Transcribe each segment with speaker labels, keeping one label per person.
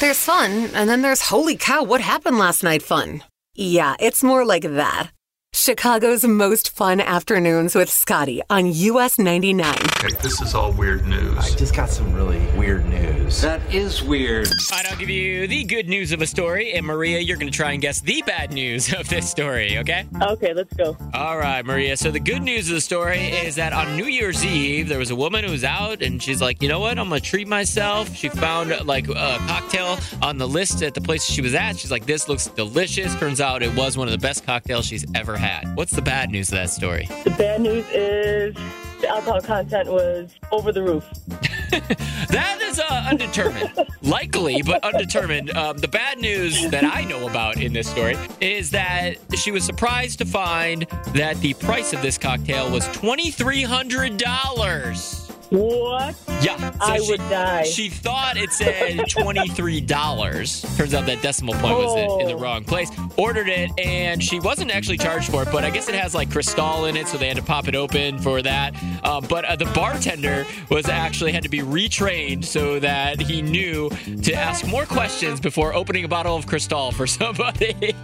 Speaker 1: There's fun, and then there's holy cow, what happened last night fun. Yeah, it's more like that. Chicago's most fun afternoons with Scotty on US 99.
Speaker 2: Okay, this is all weird
Speaker 3: I
Speaker 2: news.
Speaker 3: just got some really weird news.
Speaker 4: That is weird.
Speaker 5: All right, I'll give you the good news of a story, and Maria, you're going to try and guess the bad news of this story, okay?
Speaker 6: Okay, let's go.
Speaker 5: All right, Maria. So, the good news of the story is that on New Year's Eve, there was a woman who was out, and she's like, you know what? I'm going to treat myself. She found like a cocktail on the list at the place she was at. She's like, this looks delicious. Turns out it was one of the best cocktails she's ever had. What's the bad news of that story?
Speaker 6: The bad news is the alcohol content was over the roof.
Speaker 5: That is uh, undetermined. Likely, but undetermined. Um, the bad news that I know about in this story is that she was surprised to find that the price of this cocktail was $2,300.
Speaker 6: What?
Speaker 5: Yeah. so
Speaker 6: I
Speaker 5: she,
Speaker 6: would die.
Speaker 5: She thought it said $23. Turns out that decimal point was in, in the
Speaker 6: Oh.
Speaker 5: wrong place. Ordered it, and she wasn't actually charged for it, but I guess it has like Cristal in it, so they had to pop it open for that. Uh, but uh, the bartender was actually had to be retrained so that he knew to ask more questions before opening a bottle of Cristal for somebody.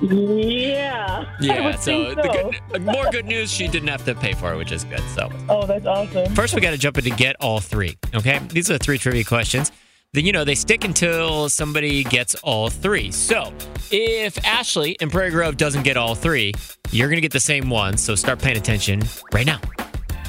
Speaker 6: Yeah. I
Speaker 5: yeah,
Speaker 6: would
Speaker 5: so,
Speaker 6: think
Speaker 5: the good, more good news, she didn't have to pay for it, which is good. So.
Speaker 6: Oh, that's awesome.
Speaker 5: First, we got to jump into get all three. Okay, these are the three trivia questions. Then you know they stick until somebody gets all three. So if Ashley in Prairie Grove doesn't get all three, you're gonna get the same one. So start paying attention right now.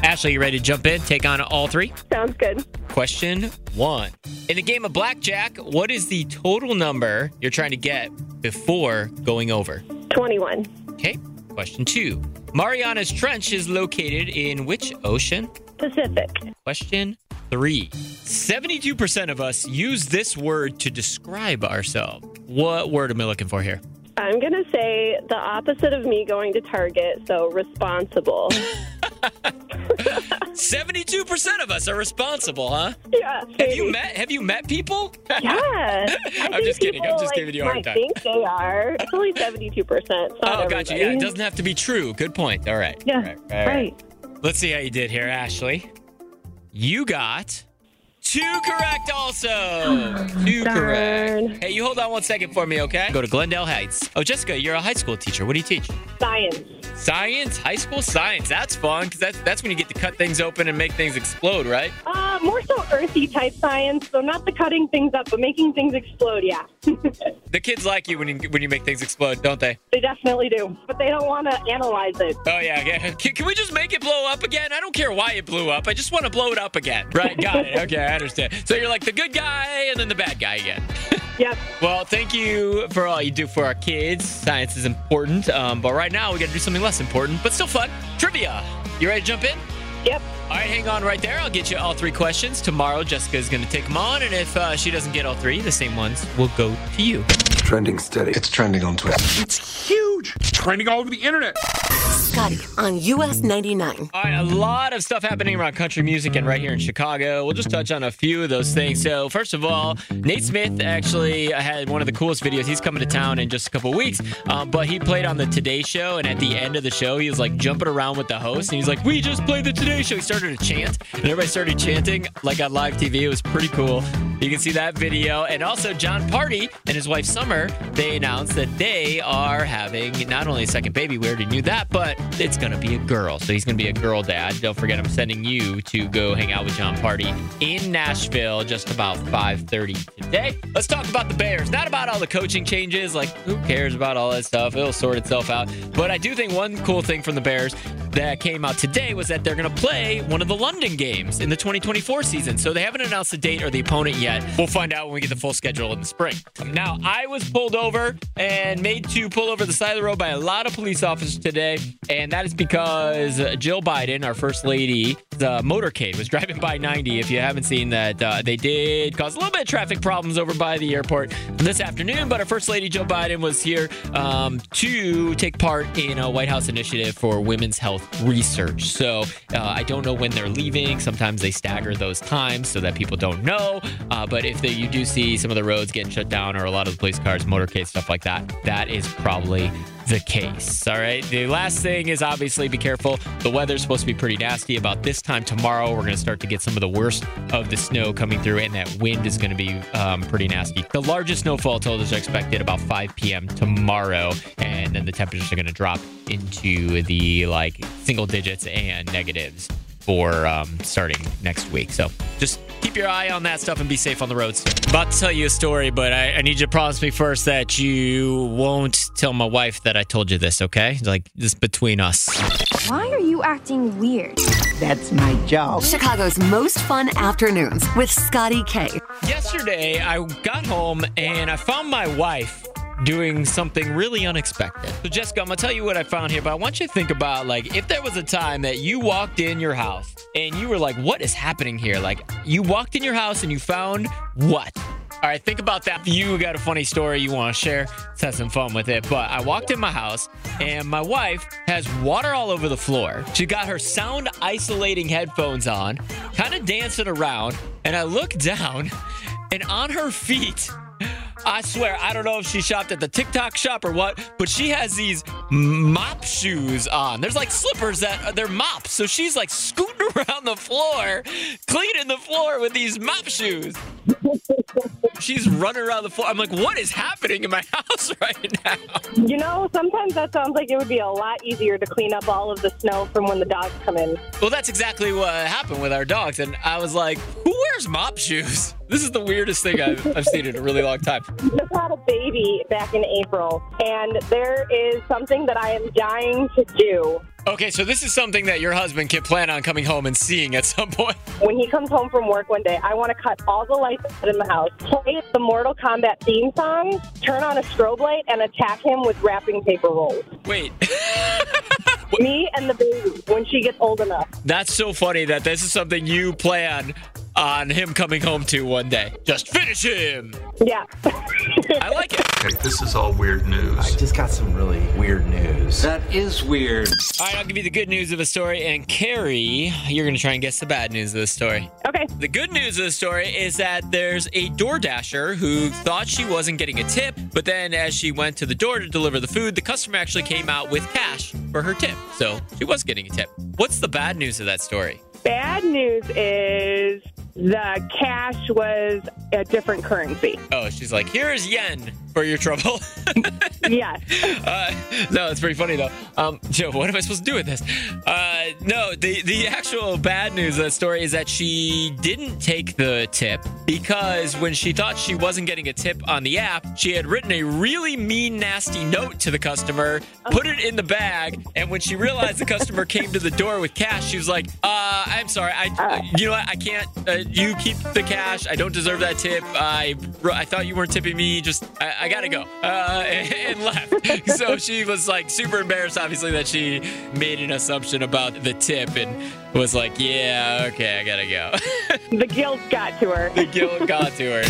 Speaker 5: Ashley, you ready to jump in? Take on all three.
Speaker 7: Sounds good.
Speaker 5: Question one: In the game of blackjack, what is the total number you're trying to get before going over?
Speaker 7: 21.
Speaker 5: Okay. Question two: Mariana's Trench is located in which ocean?
Speaker 7: Pacific.
Speaker 5: Question three 72% of us use this word to describe ourselves. What word am I looking for here?
Speaker 7: I'm going to say the opposite of me going to Target, so responsible.
Speaker 5: 72% of us are responsible, huh?
Speaker 7: yeah.
Speaker 5: Have
Speaker 7: maybe.
Speaker 5: you met have you met people?
Speaker 7: Yeah. I
Speaker 5: I'm
Speaker 7: think
Speaker 5: just kidding. I'm
Speaker 7: people,
Speaker 5: just
Speaker 7: like,
Speaker 5: giving you a hard
Speaker 7: might
Speaker 5: time.
Speaker 7: think they are. It's only 72%. It's not
Speaker 5: Oh, gotcha. Yeah,
Speaker 7: everybody.
Speaker 5: it doesn't have to be true. Good point. All right.
Speaker 6: Yeah,
Speaker 5: All right. all right. Let's see how you did here, Ashley. You got two correct also. Two
Speaker 7: Darn.
Speaker 5: correct. Hey, you hold on one second for me, okay? Go to Glendale Heights. Oh, Jessica, you're a high school teacher. What do you teach?
Speaker 7: Science.
Speaker 5: Science, high school science. That's fun because that's that's when you get to cut things open and make things explode, right?
Speaker 7: Uh, more so earthy type science, so not the cutting things up, but making things explode, yeah.
Speaker 5: The kids like you when you when you make things explode, don't they?
Speaker 7: They definitely do, but they don't want to analyze it.
Speaker 5: Oh yeah. yeah. Can, can we just make it blow up again? I don't care why it blew up. I just want to blow it up again. Right? Got it. Okay, I understand. So you're like the good guy and then the bad guy again.
Speaker 7: Yep.
Speaker 5: Well, thank you for all you do for our kids. Science is important, um, but right now we got to do something less important, but still fun. Trivia. You ready to jump in?
Speaker 7: Yep.
Speaker 5: All right, hang on right there. I'll get you all three questions. Tomorrow, Jessica is going to take them on, and if uh, she doesn't get all three, the same ones will go to you.
Speaker 3: Trending steady.
Speaker 2: It's trending on Twitter.
Speaker 1: Scotty on US 99.
Speaker 5: All right, a lot of stuff happening around country music and right here in Chicago. We'll just touch on a few of those things. So, first of all, Nate Smith actually had one of the coolest videos. He's coming to town in just a couple weeks, um, but he played on the Today Show, and at the end of the show, he was like jumping around with the host, and he's like, "We just played the Today Show." He started to chant, and everybody started chanting like on live TV. It was pretty cool. You can see that video, and also John Party and his wife Summer. They announced that they are having not only a second baby, we already knew that, but it's gonna be a girl. So he's gonna be a girl dad. Don't forget, I'm sending you to go hang out with John Party in Nashville just about 5:30 today. Let's talk about the Bears. Not about all the coaching changes. Like who cares about all that stuff? It'll sort itself out. But I do think one cool thing from the Bears that came out today was that they're going to play one of the London games in the 2024 season. So they haven't announced the date or the opponent yet. We'll find out when we get the full schedule in the spring. Now, I was pulled over and made to pull over the side of the road by a lot of police officers today, and that is because uh, Jill Biden, our first lady, the motorcade was driving by 90. If you haven't seen that, uh, they did cause a little bit of traffic problems over by the airport this afternoon, but our first lady, Jill Biden, was here um, to take part in a White House initiative for women's health research. So uh, I don't know when they're leaving. Sometimes they stagger those times so that people don't know. Uh, but if they, you do see some of the roads getting shut down or a lot of the police cars, motorcade, stuff like that, that is probably the case. All right. The last thing is obviously be careful. The weather's supposed to be pretty nasty. About this time tomorrow, we're going to start to get some of the worst of the snow coming through, and that wind is going to be um, pretty nasty. The largest snowfall totals are expected about 5 p.m. tomorrow, and then the temperatures are going to drop into the like single digits and negatives for um, starting next week. So just keep your eye on that stuff and be safe on the roads. About to tell you a story, but I, I need you to promise me first that you won't tell my wife that I told you this, okay? Like, this between us.
Speaker 4: Why are you acting weird?
Speaker 8: That's my job.
Speaker 1: Chicago's most fun afternoons with Scotty K.
Speaker 5: Yesterday, I got home and I found my wife doing something really unexpected. So, Jessica, I'm gonna tell you what I found here, but I want you to think about like if there was a time that you walked in your house and you were like, "What is happening here?" Like you walked in your house and you found what? All right, think about that. If you got a funny story you want to share, let's have some fun with it. But I walked in my house and my wife has water all over the floor. She got her sound isolating headphones on, kind of dancing around, and I look down and on her feet I swear, I don't know if she shopped at the TikTok shop or what, but she has these mop shoes on. There's like slippers that uh, they're mops. So she's like scooting around the floor, cleaning the floor with these mop shoes. She's running around the floor. I'm like, what is happening in my house right now?
Speaker 7: You know, sometimes that sounds like it would be a lot easier to clean up all of the snow from when the dogs come in.
Speaker 5: Well, that's exactly what happened with our dogs. And I was like, who wears mop shoes? This is the weirdest thing I've, I've seen in a really long time.
Speaker 7: just had a baby back in April, and there is something that I am dying to do.
Speaker 5: Okay, so this is something that your husband can plan on coming home and seeing at some point.
Speaker 7: When he comes home from work one day, I want to cut all the lights out in the house, play the Mortal Kombat theme song, turn on a strobe light, and attack him with wrapping paper rolls.
Speaker 5: Wait.
Speaker 7: Me and the baby when she gets old enough.
Speaker 5: That's so funny that this is something you plan on him coming home to one day. Just finish him.
Speaker 7: Yeah.
Speaker 5: I like it.
Speaker 2: Okay, this is all weird news.
Speaker 3: I just got some really weird news.
Speaker 2: that is weird.
Speaker 5: All right, I'll give you the good news of the story. And Carrie, you're going to try and guess the bad news of the story.
Speaker 7: okay.
Speaker 5: The good news of the story is that there's a DoorDasher who thought she wasn't getting a tip, but then as she went to the door to deliver the food, the customer actually came out with cash for her tip. So she was getting a tip. What's the bad news of that story?
Speaker 6: Bad news is the cash was a different currency.
Speaker 5: Oh, she's like, here's yen for your trouble.
Speaker 6: Yes.
Speaker 5: Uh, no, it's pretty funny though. Um, Joe, what am I supposed to do with this? Uh, no, the the actual bad news of the story is that she didn't take the tip because when she thought she wasn't getting a tip on the app, she had written a really mean, nasty note to the customer, put it in the bag, and when she realized the customer came to the door with cash, she was like, uh, "I'm sorry, I, you know what, I can't. Uh, you keep the cash. I don't deserve that tip. I I thought you weren't tipping me. Just I, I gotta go." Uh, and left. so she was like super embarrassed, obviously, that she made an assumption about the tip and was like, yeah, okay, I gotta go.
Speaker 6: the guilt got to her.
Speaker 5: the guilt got to her.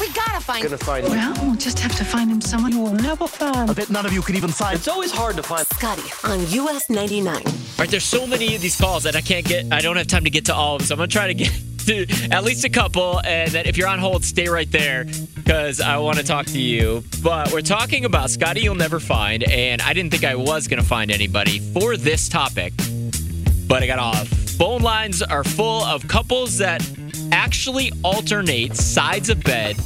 Speaker 1: We gotta find
Speaker 3: Gonna find
Speaker 9: Well, we'll just have to find him someone who will never find.
Speaker 10: I bet none of you can even find.
Speaker 3: It's always hard to find.
Speaker 1: Scotty on US 99.
Speaker 5: All right, there's so many of these calls that I can't get. I don't have time to get to all of them, so I'm gonna try to get to at least a couple. And that if you're on hold, stay right there because I want to talk to you. But we're talking about Scotty you'll never find, and I didn't think I was gonna find anybody for this topic, but I got off. Phone lines are full of couples that actually alternate sides of bed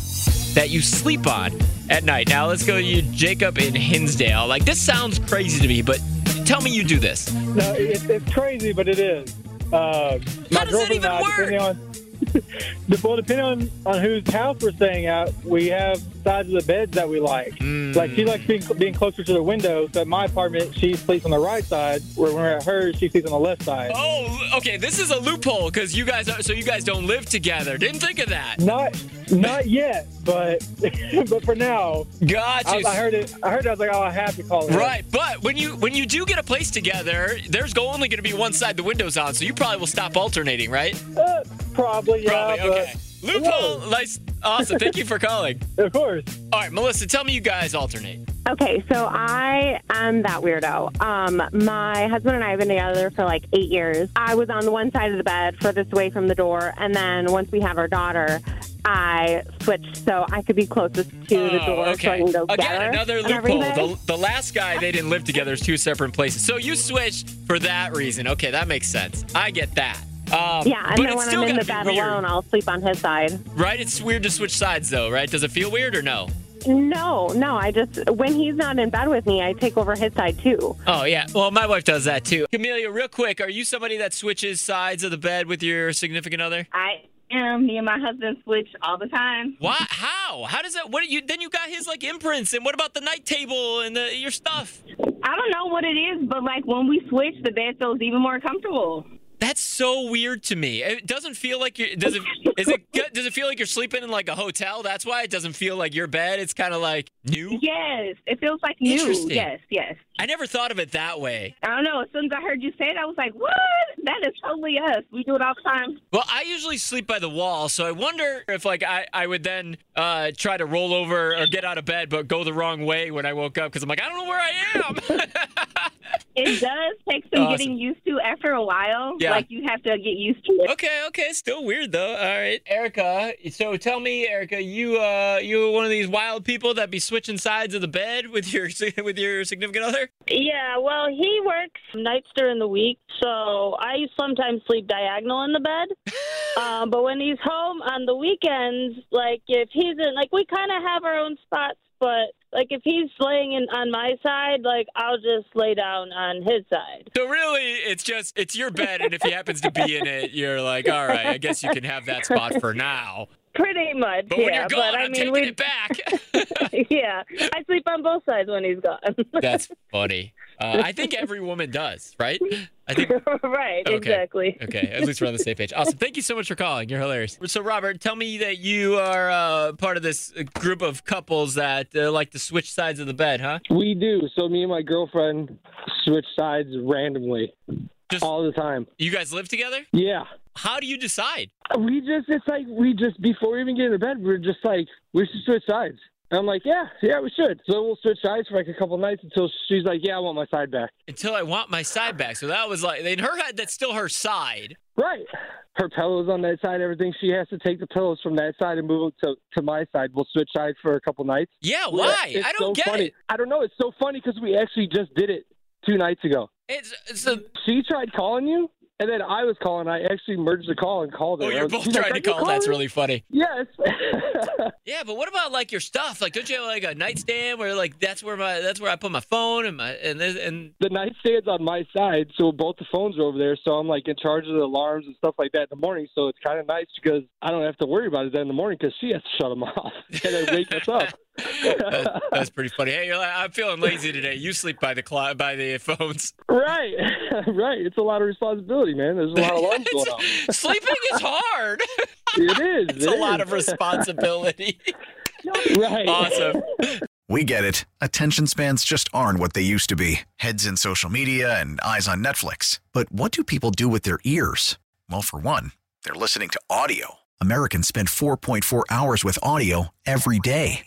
Speaker 5: that you sleep on at night. Now let's go to you, Jacob in Hinsdale. Like this sounds crazy to me, but tell me you do this.
Speaker 11: No, it's, it's crazy, but it is. Uh,
Speaker 5: How does that
Speaker 11: girlfriend and
Speaker 5: even
Speaker 11: I,
Speaker 5: work?
Speaker 11: Depending on, de- well, depending on, on whose house we're staying at, we have sides of the beds that we like.
Speaker 5: Mm.
Speaker 11: Like she likes being being closer to the window. So at my apartment, she sleeps on the right side. Where when we're at hers, she sleeps on the left side.
Speaker 5: Oh, okay. This is a loophole because you guys are so you guys don't live together. Didn't think of that.
Speaker 11: Not not yet, but but for now,
Speaker 5: Got
Speaker 11: I,
Speaker 5: you.
Speaker 11: I heard it. I heard. It, I was like, oh, I have to call her.
Speaker 5: Right, but when you when you do get a place together, there's go- only going to be one side the windows on, so you probably will stop alternating, right?
Speaker 11: Uh, probably. Yeah.
Speaker 5: probably. Okay.
Speaker 11: but-
Speaker 5: Loophole. Nice. Awesome. Thank you for calling.
Speaker 11: Whoa, of course.
Speaker 5: All right, Melissa, tell me you guys alternate.
Speaker 9: Okay, so I am that weirdo. Um, my husband and I have been together for like eight years. I was on the one side of the bed furthest away from the door, and then once we have our daughter, I switched so I could be closest to the door
Speaker 5: Oh,
Speaker 9: so I
Speaker 5: okay.
Speaker 9: can go get
Speaker 5: Again,
Speaker 9: her
Speaker 5: another
Speaker 9: and
Speaker 5: loophole.
Speaker 9: everything.
Speaker 5: The, the last guy, they didn't live together. It's two separate places. So you switched for that reason. Okay, that makes sense. I get that. Um,
Speaker 9: yeah, and
Speaker 5: but
Speaker 9: then
Speaker 5: it's
Speaker 9: when
Speaker 5: still
Speaker 9: I'm in
Speaker 5: gotta
Speaker 9: the
Speaker 5: be
Speaker 9: bed
Speaker 5: weird,
Speaker 9: alone, I'll sleep on his side.
Speaker 5: right? It's weird to switch sides, though, right? Does it feel weird or no?
Speaker 9: No, no, I just when he's not in bed with me, I take over his side too.
Speaker 5: Oh yeah. Well, my wife does that too. Camelia, real quick, are you somebody that switches sides of the bed with your significant other?
Speaker 10: I am. Me and my husband switch all the time.
Speaker 5: Why? How? How does that? What do you? Then you got his like imprints, and what about the night table and the your stuff?
Speaker 10: I don't know what it is, but like when we switch, the bed feels even more comfortable.
Speaker 5: That's so weird to me. It doesn't feel like you're. Does it? Is it? good- Does it feel like you're sleeping in like a hotel? That's why it doesn't feel like your bed. It's kind of like new.
Speaker 10: Yes, it feels like new.
Speaker 5: Interesting.
Speaker 10: Yes, yes.
Speaker 5: I never thought of it that way.
Speaker 10: I don't know. As soon as I heard you say it, I was like, what? That is totally us. We do it all the time.
Speaker 5: Well, I usually sleep by the wall, so I wonder if like I, I would then uh, try to roll over or get out of bed, but go the wrong way when I woke up because I'm like I don't know where I am.
Speaker 10: It does take some
Speaker 5: Awesome.
Speaker 10: getting used to after a while.
Speaker 5: Yeah.
Speaker 10: Like you have to get used to it.
Speaker 5: okay, okay, it's still weird though. All right, Erica. So tell me, Erica, you uh you one of these wild people that be switching sides of the bed with your with your significant other?
Speaker 12: Yeah, well, he works nights during the week, so I sometimes sleep diagonal in the bed. um, but when he's home on the weekends, like if he's in, like we kind of have our own spots, but like if he's laying in on my side, like I'll just lay down on his side.
Speaker 5: So really, it's just it's your bed, and if he happens to be in it, you're like, all right, I guess you can have that spot for now.
Speaker 12: Pretty much,
Speaker 5: But
Speaker 12: yeah.
Speaker 5: when you're gone,
Speaker 12: but I
Speaker 5: I'm
Speaker 12: mean,
Speaker 5: taking
Speaker 12: we
Speaker 5: it back.
Speaker 12: yeah, I sleep on both sides when he's gone.
Speaker 5: That's funny. Uh, I think every woman does, right? I think.
Speaker 12: right,
Speaker 5: Okay.
Speaker 12: exactly.
Speaker 5: Okay, at least we're on the same page. Awesome. Thank you so much for calling. You're hilarious. So, Robert, tell me that you are uh, part of this group of couples that uh, like to switch sides of the bed, huh?
Speaker 11: We do. So me and my girlfriend switch sides randomly
Speaker 5: Just-
Speaker 11: all the time.
Speaker 5: You guys live together?
Speaker 11: Yeah.
Speaker 5: How do you decide?
Speaker 11: We just, it's like, we just, before we even get into bed, we're just like, we should switch sides. And I'm like, yeah, yeah, we should. So we'll switch sides for like a couple nights until she's like, yeah, I want my side back.
Speaker 5: Until I want my side back. So that was like in her head. That's still her side.
Speaker 11: Right. Her pillows on that side, everything. She has to take the pillows from that side and move them to, to my side. We'll switch sides for a couple nights.
Speaker 5: Yeah. Why?
Speaker 11: It's
Speaker 5: I don't
Speaker 11: so
Speaker 5: get
Speaker 11: funny.
Speaker 5: it.
Speaker 11: I don't know. It's so funny because we actually just did it two nights ago.
Speaker 5: It's, it's a,
Speaker 11: She tried calling you, and then I was calling. I actually merged the call and called her.
Speaker 5: oh,
Speaker 11: I
Speaker 5: you're
Speaker 11: was-
Speaker 5: both
Speaker 11: she's like,
Speaker 5: trying to
Speaker 11: "Are you
Speaker 5: call. That's
Speaker 11: calling?"
Speaker 5: really funny.
Speaker 11: Yes.
Speaker 5: Yeah, but what about like your stuff? Like, don't you have like a nightstand where like that's where my that's where I put my phone and my and this, and
Speaker 11: the nightstand's on my side, so both the phones are over there. So I'm like in charge of the alarms and stuff like that in the morning. So it's kind of nice because I don't have to worry about it then in the morning because she has to shut them off and then wake us up.
Speaker 5: That- that's pretty funny. Hey, you're like, I'm feeling lazy today. You sleep by the clock, by the phones.
Speaker 11: Right, right. It's a lot of responsibility, man. There's a lot of alarms going on.
Speaker 5: Sleeping is hard.
Speaker 11: It is.
Speaker 5: It's a lot of responsibility.
Speaker 11: responsibility. Right.
Speaker 5: awesome.
Speaker 13: We get it. Attention spans just aren't what they used to be heads in social media and eyes on Netflix. But what do people do with their ears? Well, for one, they're listening to audio. Americans spend 4.4 hours with audio every day.